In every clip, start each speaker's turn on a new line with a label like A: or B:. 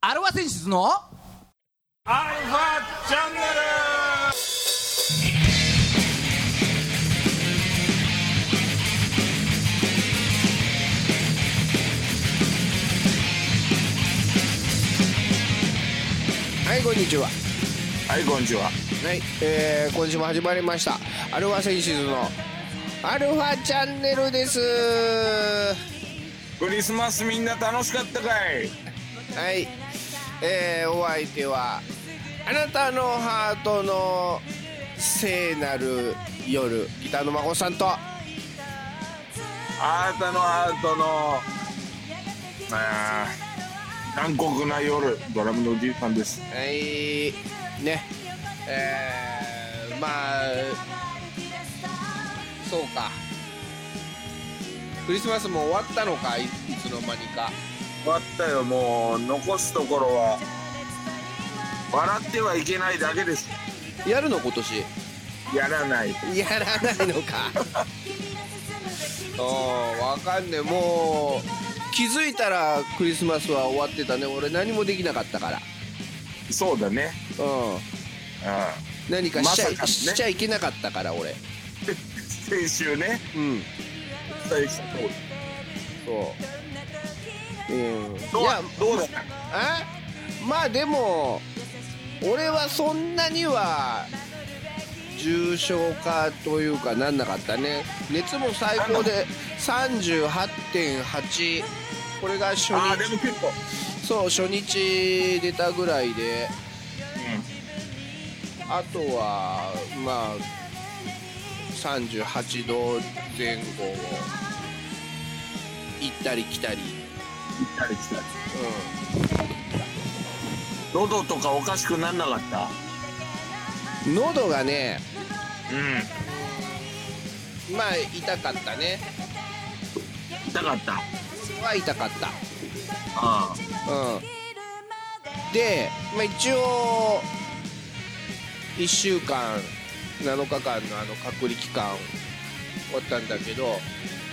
A: アルファ選出の
B: アルファチャンネル
C: はいこんにちは
B: はいこんにちは
C: はい、えー、今週も始まりましたアルファセンシズのアルファチャンネルです
B: クリスマスみんな楽しかったかい
C: はい、えー、お相手はあなたのハートの聖なる夜ギターの孫さんとは
B: あなたのハートのあー残酷な夜ドラムのおじいさんです
C: いねえー、まあそうかクリスマスも終わったのかいいつの間にか
B: 終わったよもう残すところは笑ってはいけないだけです
C: やるの今年
B: やらない
C: やらないのか ああ分かんねえもう気づいたらクリスマスは終わってたね俺何もできなかったから
B: そうだね
C: うん
B: う
C: 何かしち
B: ま
C: ゃ,、
B: さかね
C: しちゃいけなかったから俺
B: ん先週ね
C: うん
B: お伝えした通り
C: そううん
B: どう
C: いや
B: どうだった
C: あまあでも俺はそんなには重症化というかなんなかったね熱も最高で38.8これが初
B: ああで
C: 日
B: も結構
C: そう初日出たぐらいであとはまあ38度前後を行ったり来たり
B: 行ったり来たり
C: うん
B: 喉とかおかしくなんなかった
C: 喉がね
B: うん
C: まあ痛かったね
B: 痛かった
C: は痛かった
B: あ
C: うんで、まあ、一応1週間7日間のあの隔離期間終わったんだけど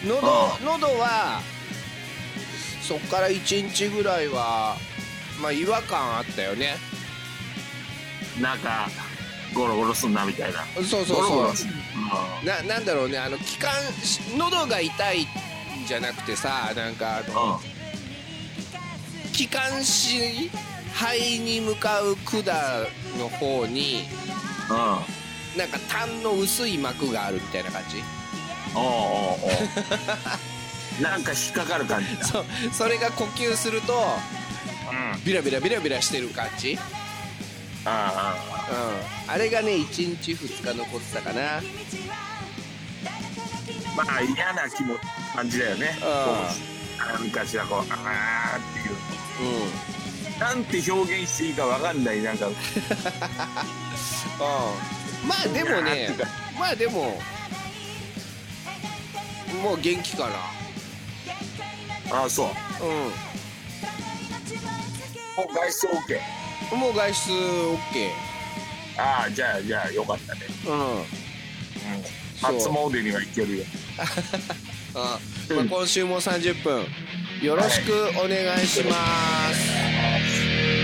C: 喉
B: あ
C: 喉はそっから1日ぐらいはまあ違和感あったよね
B: あなんかゴロゴロすんなみたいな
C: そう
B: ゴ
C: そう
B: ロゴ
C: そ
B: ロすんな
C: うななんだろうねあの気管し喉が痛いんじゃなくてさなんかあの
B: うんうん
C: 気管支肺に向かう管の方に
B: うん
C: なんか痰の薄い膜があるみたいな感じ
B: おうおうおうなんか引っかかる感じだ
C: そうそれが呼吸すると
B: うんあ
C: ビラビラビラビラしてる感じ、うん、
B: あ
C: あれがね1日2日残ってたか
B: あ
C: な
B: あまあ嫌な気も感じだよねなんかしらこうああっていう
C: うん
B: なんて表現していいかわかんないなんか
C: まあでもね
B: なんていうか
C: まあでももう元気かな
B: ああそう
C: う
B: もう外出 OK
C: んもう外出 OK
B: ああじゃあじゃあよかったね
C: うん
B: うん
C: そう
B: 初詣には行けるよ
C: あ
B: うん
C: まあ、今週も30分よろしくお願いします、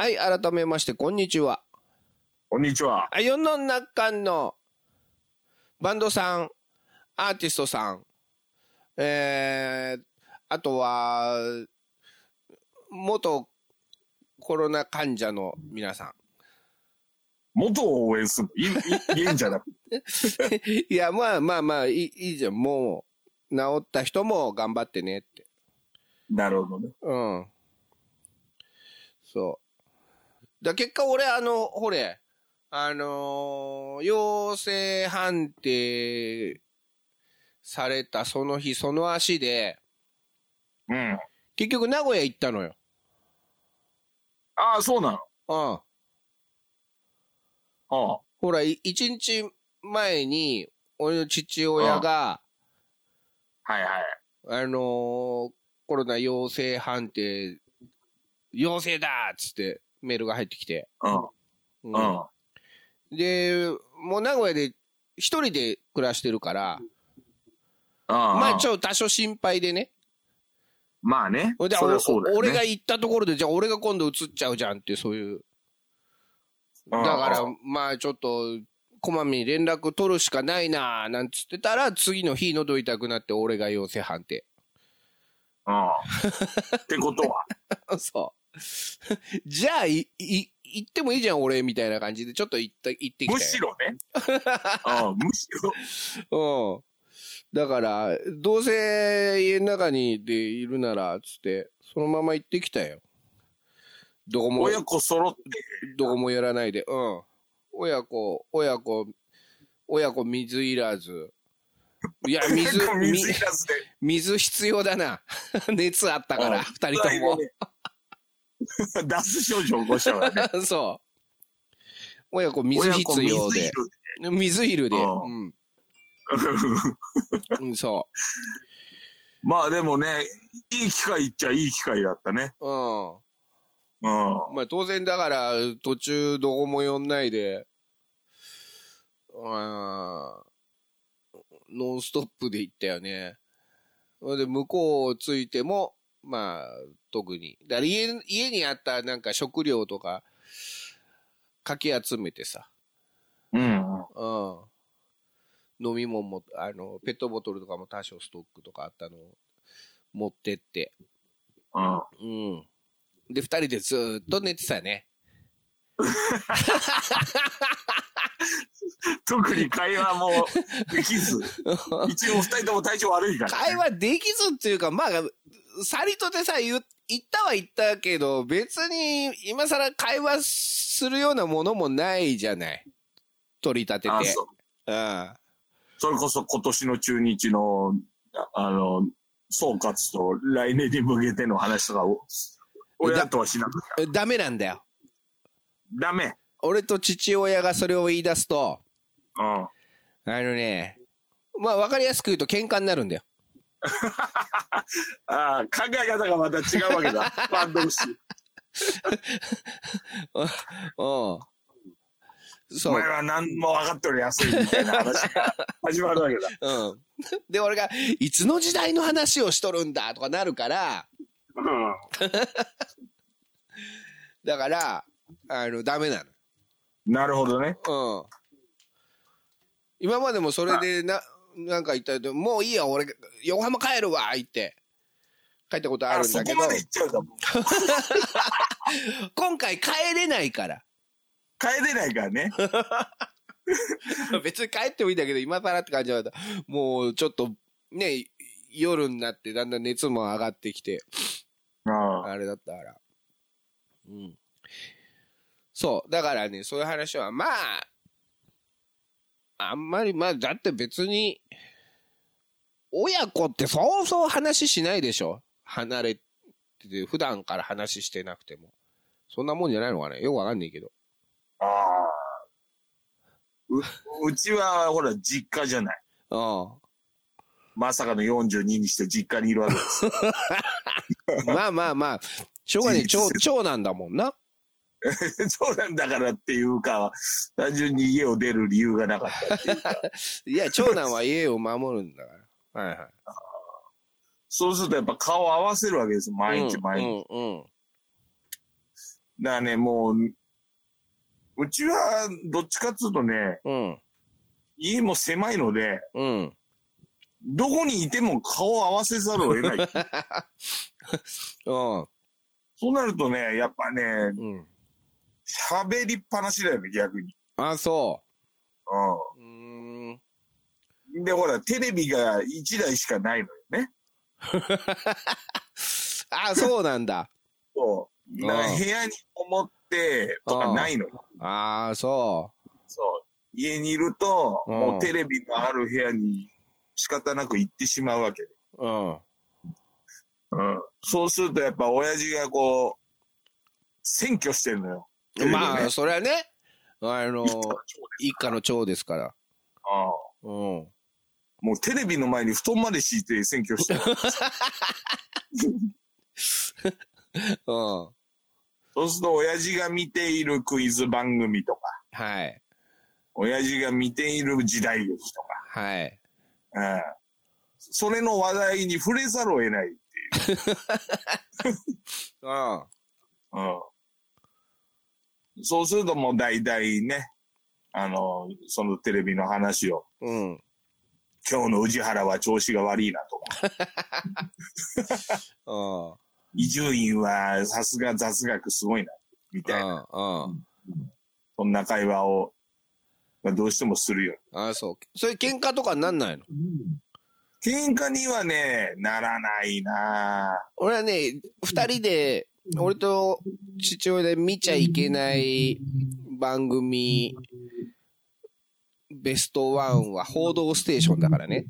C: はい、改めましてこんにちは
B: こんにちは
C: あ世の中のバンドさんアーティストさんえー、あとは元コロナ患者の皆さん
B: 元を応援するいい いいいんじゃなくて
C: いや、まあまあまあ、いいいいじゃん。もう、治った人も頑張ってねって。
B: なるほどね
C: うん。そう。だ結果、俺、あの、ほれ、あのー陽性判定されたその日、その足で、
B: うん
C: 結局、名古屋行ったのよ。
B: ああそうなの
C: うん。
B: ああ
C: ほら、い一日前に、俺の父親が、
B: はいはい
C: あのーコロナ陽性判定、陽性だっつってメールが入ってきて。
B: うん
C: う
B: うん
C: で、もう名古屋で一人で暮らしてるから、
B: ああ
C: まあちょっと多少心配でね。
B: まあね。
C: で
B: そりゃそうだよね
C: 俺が行ったところで、じゃあ俺が今度移っちゃうじゃんって、そういう。だか
B: あ
C: ら
B: あ、
C: まあちょっと、こまめに連絡取るしかないなぁ、なんつってたら、次の日喉痛くなって俺が陽性判定。
B: ああってことは、
C: そう。 じゃあ、い、い、行ってもいいじゃん、俺、みたいな感じで、ちょっと行った、行ってきたよ。
B: むしろ ね。ああむしろ。
C: うん。だから、どうせ家の中にでいるなら、つって、そのまま行ってきたよ。どこも、
B: 親子揃って、
C: どこもやらないで、うん。親子、親子、親子水いらず。い や、水
B: 結、構
C: み
B: 水いらずで。
C: 水必要だな。 熱あったから、
B: うん
C: 二人とも。
B: 脱水症状起こしちゃうからね。
C: そう。親子水
B: 親子
C: 必要
B: 水い
C: で。
B: る
C: 水いるで。
B: う
C: うん。うん、そ
B: まあでもね、いい機会っちゃいい機会だったね。
C: う。うん。
B: うん。
C: まあ当然だから、途中どこも呼んないで、あーノンストップで行ったよね。それで、向こうをついても、まあ、特に。だから家、家にあったなんか食料とか、かき集めてさ、
B: うん。
C: うん。飲み物も、あの、ペットボトルとかも多少ストックとかあったのを持ってって。
B: うん。
C: うん。で、二人でずーっと寝てたね。
B: 特に会話もでき ず。一応二人とも体調悪いから、
C: 会話できずっていうか、まあ、さりとてさ、言う言ったは言ったけど、別に今更会話するようなものもないじゃない。取り立てて。
B: あそう
C: うん。
B: それこそ今年の中日の、ああの、総括と来年に向けての話とかを、親とはしなかった。
C: ダメなんだよ。
B: ダメ。
C: 俺と父親がそれを言い出すと、
B: うん。
C: あのね、まあ分かりやすく言うと喧嘩になるんだよ。
B: ああ、考え方がまた違うわ けだ。ファン同士。
C: うん。
B: お
C: そう
B: 前。は何も分かっておりやすいみたいな話 が始まるわけだ。
C: うん。 で、俺が、いつの時代の話をしとるんだとかなるから、
B: うん。
C: だから、あの、ダメなの。
B: なるほどね。
C: うん。今までもそれでな、なんか言ったら、もういいよ、俺、横浜帰るわ、言って。帰ったことあ
B: あ
C: るん
B: そ
C: だけ
B: こ
C: ど
B: ま、で行っちゃうんだもん。
C: 今回帰れないから。
B: 帰れないから ね。
C: 別に帰ってもいいんだけど、今更って感じだった。もう、ちょっと、ね、夜になってだんだん熱も上がってきて、
B: あ
C: あれだったから。うん。そう。だからね、そういう話は、まあ、あんまり、まあ、だって別に、親子ってそうそう話しないでしょ離れてて、普段から話してなくても。そんなもんじゃないのかねよくわかんないけど。
B: あ。ああ。う、 うちは、ほら、実家じゃない。
C: あ
B: まさかの42にして実家にいるわけ です。
C: あ。まあまあまあ、しょうがねえ、長、長男だもんな。
B: そうなんだからっていうか、単純に家を出る理由がなかった。
C: いや、長男は家を守るんだから。はいはい。
B: そうするとやっぱ顔を合わせるわけです。毎日毎日。
C: うんうんうん。
B: だからね、もう、うちは、どっちかっつうとね、
C: うん。
B: 家も狭いので、
C: うん。
B: どこにいても顔を合わせざるを得 ない。
C: うん。
B: そうなるとね、やっぱね、
C: うん。
B: 喋りっぱなしだよね、逆に。
C: あ、そう。
B: う
C: うーん
B: ん。で、ほら、テレビが1台しかないのよね。
C: あ、そうなんだ。
B: そう。だから
C: うん
B: 部屋にこもってとかないのよ。
C: ああ、そ
B: そう。家にいると、
C: うん
B: もうテレビのある部屋に仕方なく行ってしまうわけ。
C: う。うん。
B: うん。そうするとやっぱ親父がこう、占拠してるのよ。テレビね
C: まあ、それはね、あ の
B: 一家の長、
C: 一家の長ですから。
B: ああ
C: うん。
B: もうテレビの前に布団まで敷いて占拠してる。
C: うん。
B: そうすると親父が見ているクイズ番組とか、
C: はい。
B: 親父が見ている時代劇と
C: はい。
B: か、うん、それの話題に触れざるを得ないっていう。
C: うん。
B: うん、そうするともう大体ね、あの、そのテレビの話を、
C: うん。
B: 今日の宇治原は調子が悪いなとか、
C: うん。
B: 伊集院はさすが雑学すごいな、み
C: う
B: たいな、
C: ん。うん。
B: そんな会話を、まあ、どうしてもするよ。
C: あ、そう。それ喧嘩とかなんないの
B: 喧嘩にはね、ならないな
C: 俺はね、二人で、俺と父親で見ちゃいけない番組、ベストワンは報道ステーションだからね。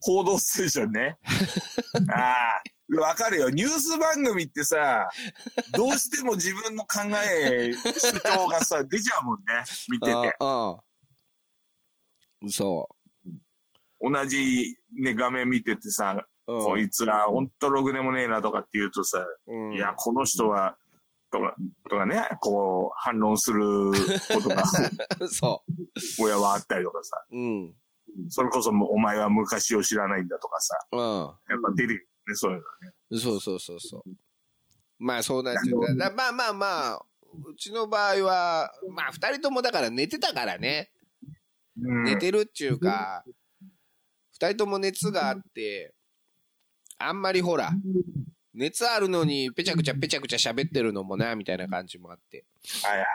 B: 報道ステーション ね。ああ、わかるよ。ニュース番組ってさ、どうしても自分の考え、主張が さ、出ちゃうもんね。見てて。
C: うん。そ
B: 同じね、画面見ててさ、
C: う。
B: こ
C: う
B: いつら、ほんとろくでもねえなとかって言うとさ、
C: ん。
B: いや、この人は、とか、とかね、こう、反論すること が、
C: うん。そ
B: 親はあったりとかさ、
C: う。うん。
B: それこそもうお前は昔を知らないんだとかさ、
C: うん。
B: やっぱ出てくるね、そういうの。
C: そうそうそうそう。まあそうなっちゃうから。だまあまあまあ、うちの場合は、まあ二人ともだから寝てたからね。
B: うん
C: 寝てるっていうか、二人とも熱があって、あんまりほら、熱あるのにぺちゃくちゃぺちゃくちゃ喋ってるのもな、みたいな感じもあって。
B: はいはい。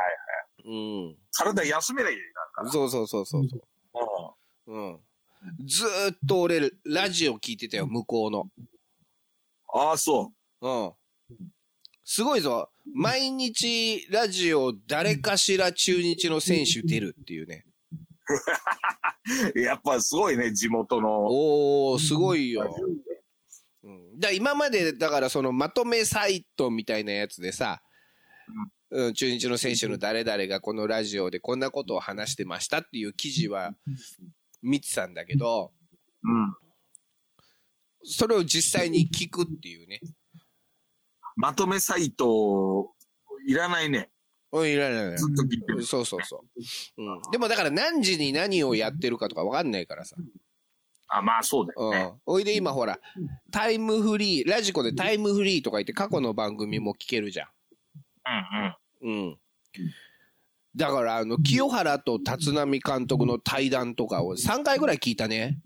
C: うん。
B: 体休めなきゃいけない
C: そうそうそうそうそ
B: から。
C: う。うん。ずーっと俺、ラジオ聞いてたよ、向こうの。
B: ああ、そ
C: うん。すごいぞ。毎日ラジオ誰かしら中日の選手出るっていうね。
B: う。やっぱすごいね、地元の。
C: おー、すごいよ。うん、だから今まで、だからそのまとめサイトみたいなやつでさ、うん、中日の選手の誰々がこのラジオでこんなことを話してましたっていう記事は見てたんだけど、
B: うん。
C: それを実際に聞くっていうね。
B: まとめサイト、いらないね。
C: うん、いらないいらない
B: ず。っと聞いてる。
C: そうそうそう。うん、でもだから何時に何をやってるかとかわかんないからさ。
B: あ、まあそうだよ
C: うん
B: ね。。
C: おいで今ほら、タイムフリー、ラジコでタイムフリーとか言って過去の番組も聞けるじゃん。
B: うんうん。
C: うん。だから、あの、清原と立浪監督の対談とかを3回ぐらい聞いたね。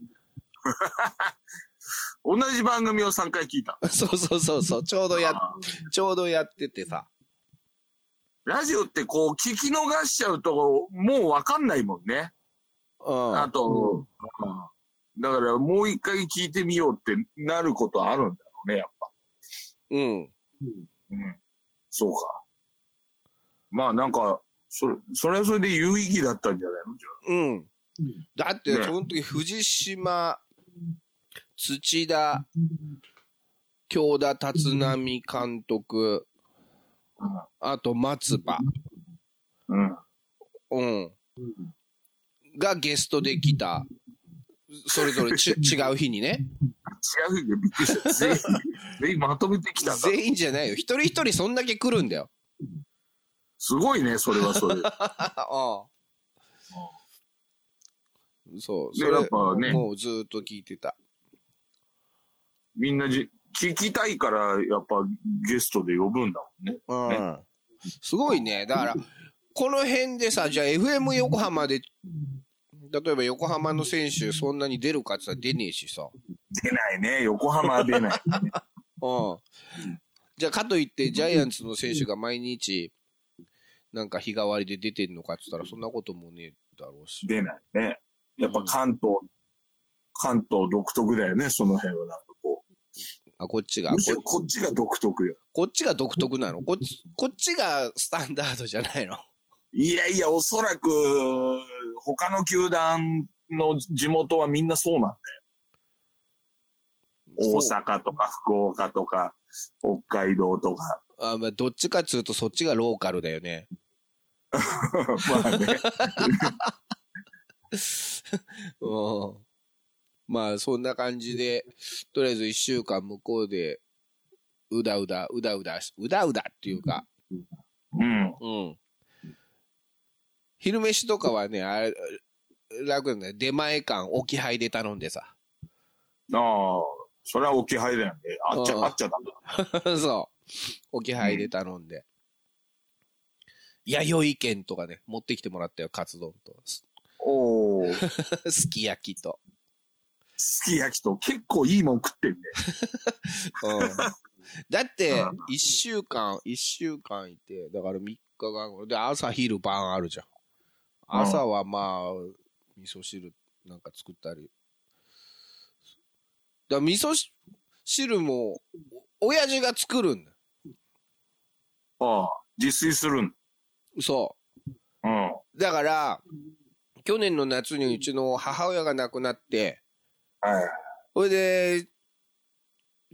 B: 同じ番組を3回聞いた。
C: そうそうそうそう。ちょうどや、
B: あ
C: ちょうどやっててさ。
B: ラジオってこう聞き逃しちゃうと、もうわかんないもんね。
C: うん。
B: あと、うんだからもう一回聞いてみようってなることあるんだろうね、やっぱ。
C: うん。
B: うん。そうか。まあなんか、それ、それはそれで有意義だったんじゃないのじ
C: うん。だって、
B: ね
C: その時、藤島、土田、京田立浪監督、
B: ゃ
C: あと松葉。
B: あ。うん。
C: うん。がゲストで来た。それぞれ ち違う日にね。
B: 違うよ、びっくり した。全員、全員まとめてきたんだ。
C: 全員じゃないよ。一人一人そんだけ来るん だよ。
B: すごいね、それは それ。で、
C: ああ。そう。それ
B: やっぱね、
C: もうずーっと聞いてた。
B: みんなじ、聞きたいから、やっぱゲストで呼ぶんだもんね。
C: うん。すごいね。だから、この辺でさ、じゃあ FM 横浜で、例えば横浜の選手そんなに出るかって言ったら出ねえしさ。
B: 出ないね、横浜は出 ない。
C: うん。じゃあ、かといって、ジャイアンツの選手が毎日、なんか日替わりで出てんのかって言ったら、そんなこともねえだろうし。
B: 出ないね。やっぱ関東、関東独特だよね、その辺は。なんかこ
C: あ、こっち
B: う。
C: が。こ
B: むしろこっちが独特よ。
C: こっちが独特なのこっち、こっちがスタンダードじゃないの
B: いやいや、おそらく、他の球団の地元はみんなそうなんだよ。大
C: そう
B: 阪とか福岡とか、北海道とか。
C: あ、まあ、どっちかっつうとそっちがローカルだよね。
B: まあね。
C: うん。まあ、そんな感じで、とりあえず一週間向こうで、うだうだ、うだうだし、うだうだっていうか、
B: うん。
C: うん。昼飯とかはね、あれ、楽なんだよ。出前館、置き配で頼んで さ。
B: ああ、それは置き配だよね。あっちゃ、
C: うん
B: あっちゃダメだ。
C: そう。置き配で頼んで。弥生県とかね、持ってきてもらったよ、カツ丼と。す
B: おお、す
C: すき焼きと。
B: き焼きと結構いいもん食ってんね。
C: うん、だって
B: うん、
C: 一週間、一週間いて、だから3日間、で、朝、昼、晩あるじゃ
B: う
C: ん。
B: ん
C: 朝はまあ、味噌汁なんか作ったり。だから味噌し汁も、お親父が作るんだ。
B: ああ、自炊するん。
C: そ
B: う
C: う。
B: ん。
C: だから、去年の夏にうちの母親が亡くなって、
B: はい。
C: それで、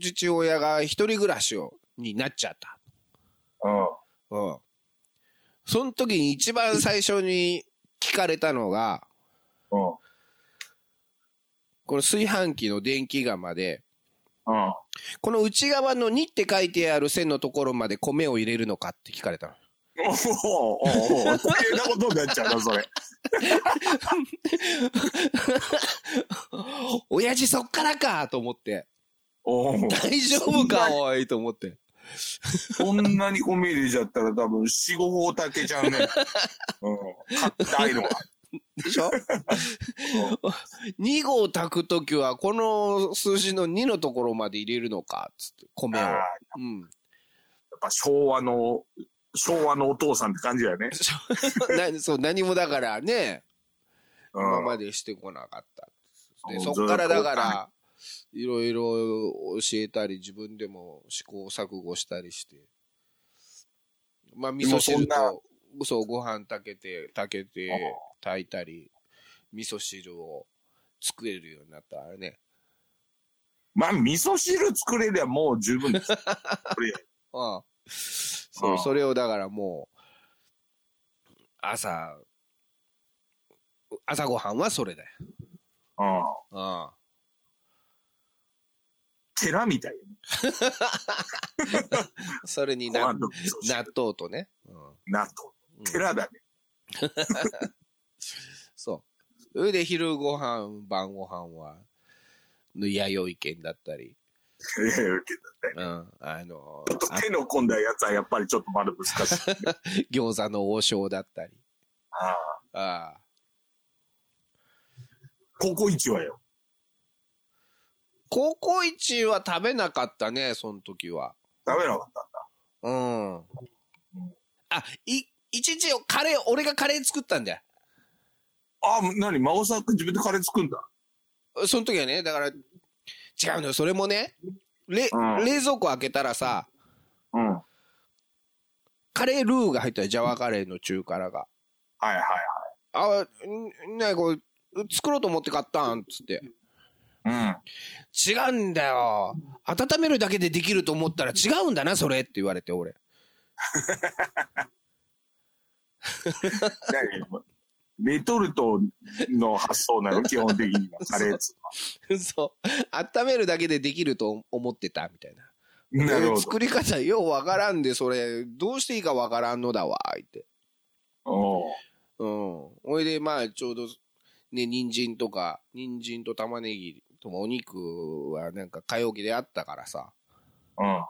C: 父親が一人暮らしを、になっちゃった。
B: うん。
C: うん。その時に一番最初に聞かれたのが、
B: うん。
C: この炊飯器の電気釜で、
B: うん。
C: この内側の2って書いてある線のところまで米を入れるのかって聞かれたの。
B: おお、おお、余計なことになっちゃうな、それ。
C: 親父そっからかと思って。
B: おお、
C: 大丈夫かおいと思って。
B: こんなに米入れちゃったら多分、四五法炊けちゃうね。うん。硬いのが。
C: でしょ2号炊くときは、この数字の2のところまで入れるのか、つって、
B: うん。
C: 米
B: あ
C: を
B: あ、。や
C: うん。
B: っぱ昭和の、昭和のお父さんって感じだよね。
C: なそう、何もだからね、
B: うん。
C: 今までしてこなかった。で
B: うん
C: そっからだから、いろいろ教えたり、自分でも試行錯誤したりして。まあ、味噌汁
B: でも
C: と、そう、ご飯炊けて、炊け
B: ああ
C: て、炊いたり、味噌汁を作れるようになったあれね。
B: まあ、味噌汁作れりゃもう十分です。これ
C: うん。そ
B: あ
C: う、
B: あ
C: それをだからもう、朝、朝ごはんはそれだよ。
B: うん。
C: あ
B: 寺みたいよね。
C: あそれに
B: ご
C: な
B: 飯と味噌汁
C: 納豆とね。うん
B: 納豆。
C: うん
B: 寺だね。
C: そう。それで昼ごはん、晩ごはんは、弥生県だったり、
B: いやいやちょ
C: うん、あの、
B: っと手の込んだやつはやっぱりちょっとまだ難 しい。
C: あ餃子の王将だったり、
B: ああ
C: ああ、
B: ココイチはよ。
C: 高校一は食べなかったね、その時は。
B: 食べなかったんだ。
C: うん。あ、い、一時カレー、俺がカレー作ったんだよ。
B: あ、なに、真央さん自分でカレー作るんだ。
C: その時はね、だから、違うのよ、それもね、れ、
B: うん
C: 冷蔵庫開けたらさ、
B: うん。はい
C: カレールーが入ったよ、ジャワカレーの中辛が。
B: はいはい。
C: あ、んねこれ、作ろうと思って買ったん、つって。
B: うん。
C: 違うんだよ。温めるだけでできると思ったら違うんだな、それって言われて、俺。
B: 何レトルトの発想なの、基本的には。カレーっつ
C: そう。温めるだけでできると思ってた、みたいな。
B: うのはなる
C: 作り方ようわからんで、それ、どうしていいかわからんのだわ、って。
B: ほど。
C: うん。おいで、まあ、ちょうど、ね、人参とか、人参と玉ねぎともお肉はなんか買い置きであったからさ。
B: うん。うん。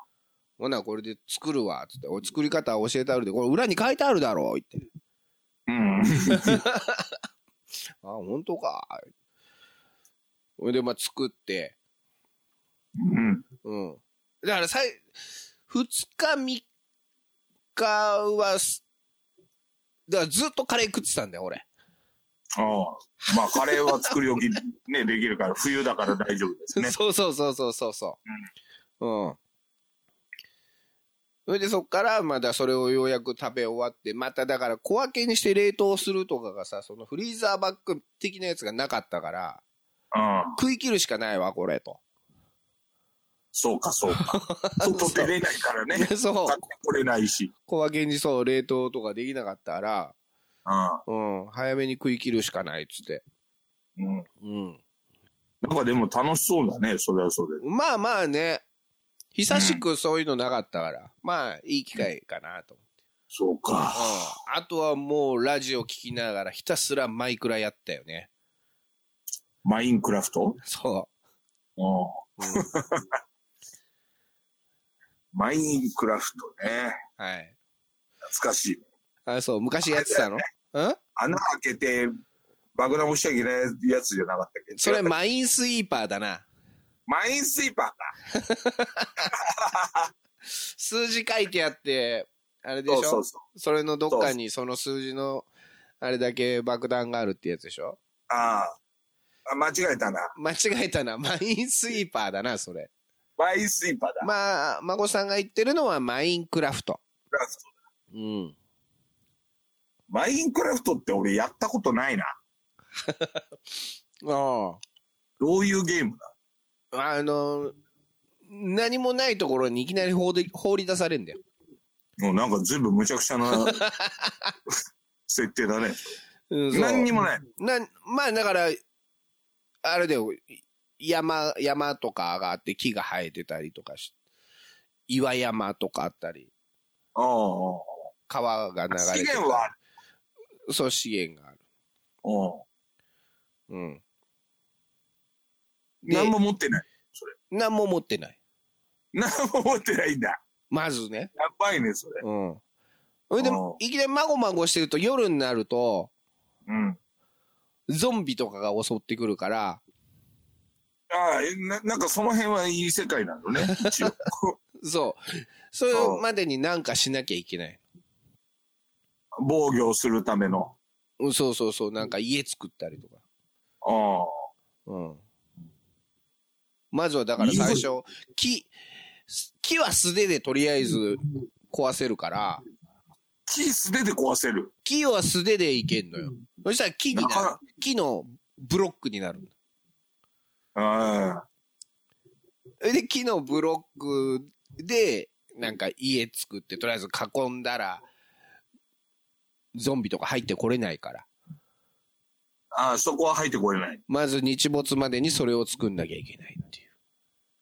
C: ほな、これで作るわ、つって。俺作り方教えてあるで、これ裏に書いてあるだろ、って。
B: うん。
C: あ、本当か。ほいで、まあ、作って。
B: うん。
C: うん。だから、さい、二日、三日はす、だからずっとカレー食ってたんだよ、俺。。
B: ああまあ、カレーは作り置き、ね、できるから、冬だから大丈夫ですね
C: そうそうそうそうそうそう。うん。それでそっから、まだそれをようやく食べ終わって、まただから小分けにして冷凍するとかがさ、そのフリーザーバッグ的なやつがなかったから、
B: うん。
C: 食い切るしかないわ、これ、と。
B: そうか、そう か。外出れないからね。買って
C: そう。
B: これないし。
C: 小分けにそう、冷凍とかできなかったから、うん、早めに食い切るしかないっつって。
B: うん。うん。
C: うん。
B: なんかでも楽しそうだね、それはそれで。
C: まあまあね、久しくそういうのなかったから、まあ、いい機会かなと。
B: そうか。
C: あとはもうラジオ聞きながらひたすらマイクラやったよね。
B: マインクラフト
C: そ
B: うん
C: うん
B: マインクラフトね。
C: う。はい。
B: 懐かしい。
C: あ、そう、昔やってたのうん
B: 穴開けて、爆弾もしちゃいけないやつじゃなかったっけ
C: それマインスイーパーだな。
B: マインスイーパーか。
C: 数字書いてあって、あれでしょ
B: そう
C: そ
B: そうそう。
C: れのどっかにその数字のあれだけ爆弾があるってやつでしょ
B: ああ。あ間違えたな。
C: 間違えたな。 マインスイーパーだな、それ。
B: マインスイーパーだ。
C: まあ、孫さんが言ってるのはマインクラフト。
B: クラフト
C: うん。
B: マインクラフトって俺やったことないな。
C: あ
B: どういうゲームだ
C: あ。あの、何もないところにいきなり放り放り出されるんだよ。
B: もうなんか全部無茶苦 茶な設定だね。
C: うん、そう
B: 何にもない。
C: な、まあだから、あれだよ、山、山とかがあって木が生えてたりとかし、岩山とかあったり、
B: ああ。
C: 川が流れてたり
B: 資源はある。
C: そう、資源がある。
B: うん
C: うん。で
B: 何も持ってない。
C: 何も持ってない。
B: 何も持ってないんだ。
C: まずね。
B: やばいね、それ。
C: うん。それで
B: うん、
C: いきなりまごまごしてると夜になると、
B: うん。
C: ゾンビとかが襲ってくるから、
B: ああ、えななんかその辺はいい世界なのね、 一応。
C: そう。それまでになんかしなきゃいけない。
B: 防御するための。
C: うん、そうそうそう。なんか家作ったりとか。
B: あ
C: うん。まずはだから最初、木、木は素手でとりあえず壊せるから、
B: 木素手で壊せる。
C: 木は素手でいけんのよ。そしたら木に
B: だ
C: なる
B: か。
C: 木のブロックになる。
B: ら、
C: で、木のブロックで、なんか家作って、とりあえず囲んだら、ゾンビとか入ってこれないから。
B: ああ、そこは入ってこれない。
C: まず日没までにそれを作んなきゃいけないってい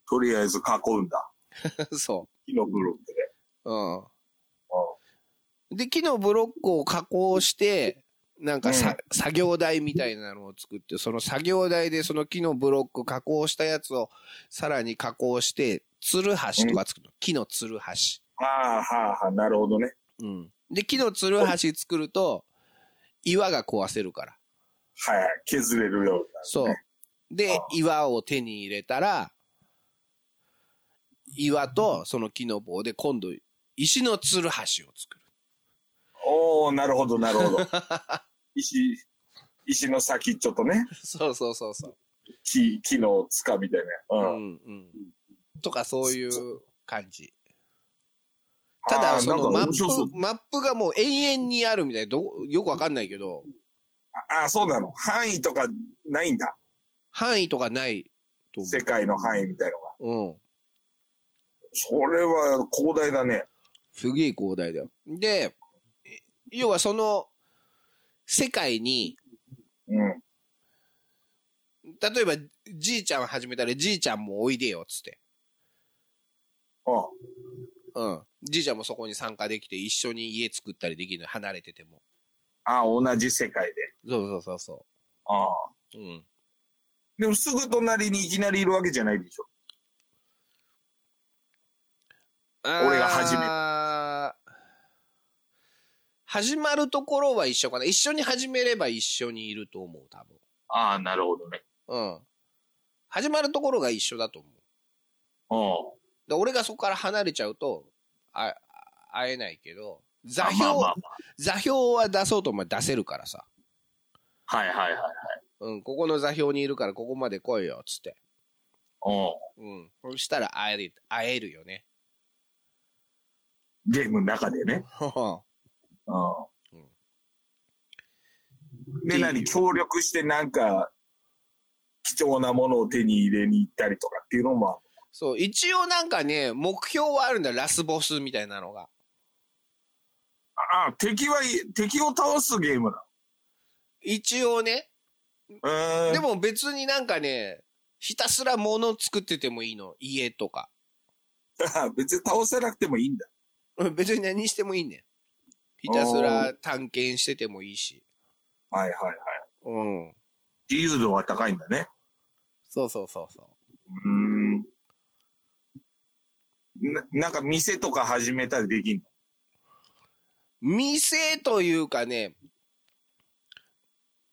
B: とりあえず囲うんだ。
C: う。 そ
B: 木のブロックで。
C: う。うん。
B: ああ
C: で、木のブロックを加工して、なんかさ、作業台みたいなのを作って、その作業台でその木のブロック加工したやつをさらに加工して、つるはしとか作るの。木のつるはし。
B: ああ、はあ、はあ、なるほどね。
C: うん。で、木のつるはし作ると、岩が壊せるから。
B: はい、削れるようになる、ね。
C: そう。で
B: ああ、
C: 岩を手に入れたら、岩とその木の棒で今度、石のつるはしを作る。
B: おおなるほど、なる ほど。石、石の先ちょっとね、
C: そうそうそうそう。
B: 木、木の塚みたいな。
C: う
B: うん。
C: んうん、とかそういう感じ。
B: あー
C: ただ、そのマ
B: なんか面
C: ッ
B: 白そう
C: プ、マップがもう延々にあるみたいで、どうよくわかんないけど、
B: ああ、そうなの。範囲とかないんだ。
C: 範囲とかないと
B: 世界の範囲みたいのが。
C: 思う。うん。
B: それは広大だね。
C: すげえ広大だよ。で、え要はその、世界に、
B: うん。
C: 例えば、じいちゃん始めたら、じいちゃんもおいでよ、つって。
B: あ
C: うん。じいちゃんもそこに参加できて、一緒に家作ったりできるの、離れてても。
B: あ、ああ同じ世界で。
C: そうそうそうそ
B: ああ。
C: う。うん。
B: でもすぐ隣にいきなりいるわけじゃないでしょ。俺が始め
C: た。始まるところは一緒かな。一緒に始めれば一緒にいると思う、多
B: ああ、なるほどね。
C: 分。うん。始まるところが一緒だと思う。
B: う
C: で俺がそこから離れちゃうと、あ、会えないけど、座
B: ん。ま
C: 標、
B: あまあま
C: 座標は出そうと思えば出せるからさ。
B: あ。はいはいはい。
C: うん、ここの座標にいるからここまで来いよ、つって。
B: う
C: うん。そしたら会える、会えるよね。
B: ん。ゲームの中でね。うん。
C: って
B: で、
C: いう
B: 何協力してなんか、貴重なものを手に入れに行ったりとかっていうのもある、
C: そう、一応なんかね、目標はあるんだよ、ラスボスみたいなのが。
B: ああ、敵はい、敵を倒すゲームだ。
C: 一応ね、
B: うーん。
C: でも別になんかね、ひたすら物作っててもいいの。家とか。
B: ああ別に倒せなくてもいいんだ。
C: 別に何してもいいねひたすら探検しててもいいし。
B: はいはいはい。
C: うん。
B: 自由度は高いんだね。
C: そうそうそうそう。
B: うーん。ななんか店とか始めたりできんの
C: 店というかね、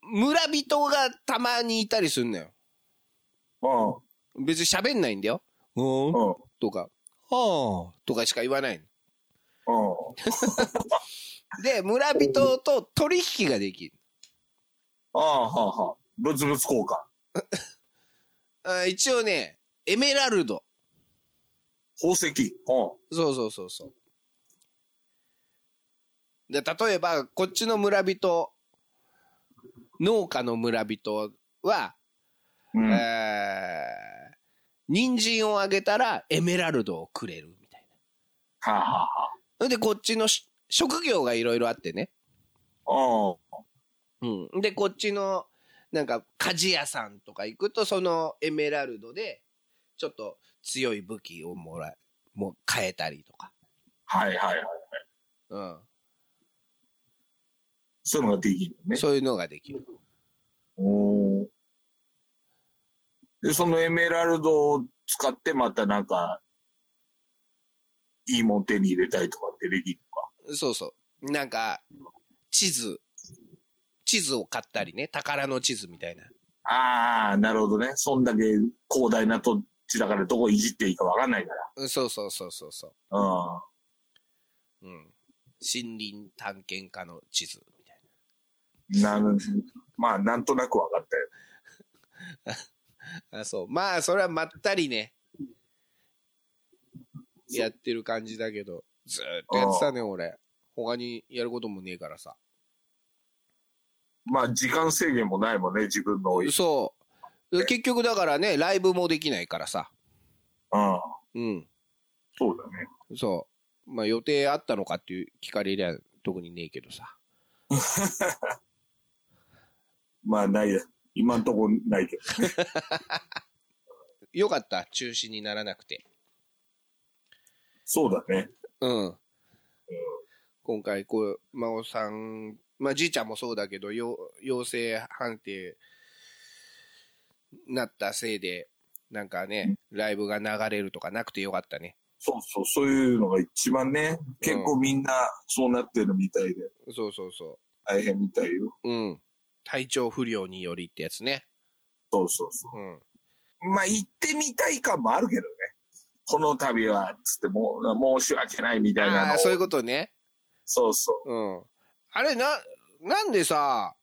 C: 村人がたまにいたりすんのよ。別に喋んないんだよ。う
B: うん。
C: ん
B: うん。
C: とか、はあとかしか言わないの。
B: うん。
C: で、村人と取引ができる。
B: ああ、はあ、はあ。ぶつぶつ交換。
C: あ一応ね、エメラルド。
B: 宝石。うん。
C: そうそうそうそう。で、例えば、こっちの村人、農家の村人は、
B: うん、
C: えー、人参をあげたらエメラルドをくれるみたい
B: はあは
C: な。で、こっちのし職業がいろいろあってね。
B: あは
C: うん。で、こっちの、なんか、鍛冶屋さんとか行くと、そのエメラルドで、ちょっと強い武器をもらえ、もう変えたりとか。
B: あ。はいはいはい。
C: うん。
B: そういうのができるのね。
C: そういうのができる。
B: おーで、そのエメラルドを使ってまたなんか、いいもん手に入れたいとかってできる
C: そうそう。なんか、地図。地図を買ったりね。宝の地図みたいな。
B: のああ、なるほどね。そんだけ広大な土地だからどこいじっていいかわかんないか
C: うんそうそうそうそうそ
B: ら。うん。
C: う。うん。森林探検家の地図みた
B: な
C: い
B: るまあ、なんとなくわかったよ。
C: な。あ、そう。まあ、それはまったりね。やってる感じだけど。ずーっとやってたね、俺。他にやることもねえからさ。
B: まあ、時間制限もないもんね、自分の。うん。
C: そう。結局だからね、ライブもできないからさ。
B: そ
C: うん。
B: うだね。
C: そう。まあ予定あったのかっていう聞かれりゃ特にねえけどさ。
B: まあ、ないや。今んとこないけど。
C: よかった、中止にならなくて。
B: そうだね。
C: うん。今回、こう、真央さん、まあ、じいちゃんもそうだけど、よ陽性判定なったせいで、なんかね、ライブが流れるとかなくてよかったね。
B: そうそう、そういうのが一番ね、結構みんなそうなってるみたいで、
C: そうそうそ
B: 大変みたいよ。
C: う。うん。体調不良によりってやつね。
B: そうそうそ
C: うん。
B: う。まあ、行ってみたい感もあるけどね。この旅は、つってもう、申し訳ないみたいな
C: あ
B: のを
C: あー、そういうことね。
B: そうそ
C: うん。あれ、な、なんでさ、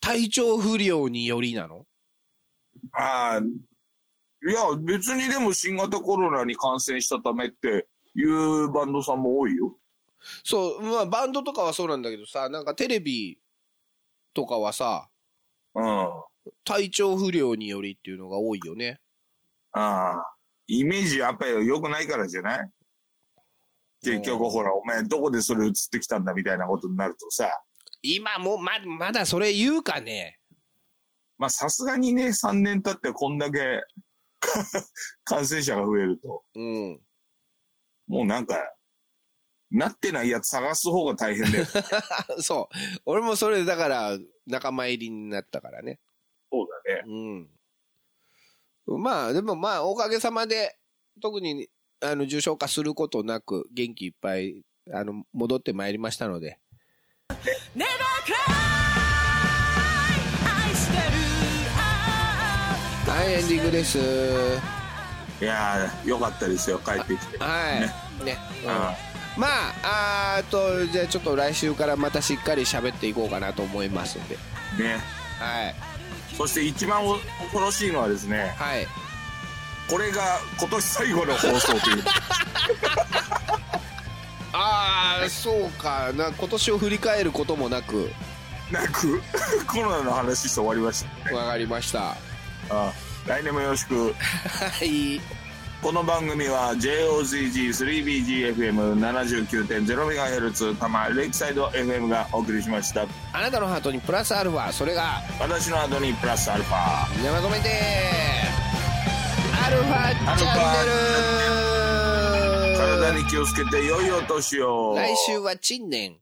C: 体調不良によりなの
B: う。ああ、いや、別にでも新型コロナに感染したためっていうバンドさんも多いよ。
C: そう、まあバンドとかはそうなんだけどさ、なんかテレビとかはさ、
B: うん。あ
C: 体調不良によりっていうのが多いよね。
B: あ、イメージやっぱり良くないからじゃない結
C: う
B: 局
C: ん
B: ほら、お前どこでそれ移ってきたんだみたいなことになるとさ、
C: 今もうま、まだそれ言うかね。
B: まあ、さすがにね、3年経ってこんだけ 感染者が増えると、
C: うん。
B: もうなんか、なってないやつ探す方が大変だ よ。そう
C: あそう。俺もそれだから仲間入りになったからね。
B: だね。
C: うん。まあ、でもまあ、おかげさまで、特に、あの、重症化することなく、元気いっぱい、あの、戻ってまいりましたので。
A: Never cry 愛してる
C: はい、エンディングです。
B: いやー、よかったですよ、帰ってきて。
C: はい。ね。うん
B: あ
C: まあ、あーっと、じゃあちょっと来週からまたしっかり喋っていこうかなと思いますんで。
B: ーね。
C: はい。
B: そして一番お恐ろしいのはですね、
C: はい。
B: これが今年最後の放送という。
C: ああ、そうかな。今年を振り返ることもなく、
B: なく、 コロナの話して終わりましたね。
C: わかりました。
B: あー来年もよろしく。
C: はい。
B: この番組は JOZG3BGFM79.0MHz 多摩レイクサイド FM がお送りしました。
C: あなたのハートにプラスアルファ、それが、
B: 私の後にプラスアルファ。
C: 山込めて、アルファチャンネル
B: さよな体に気をつけて良いお年を。
C: 来週は新年。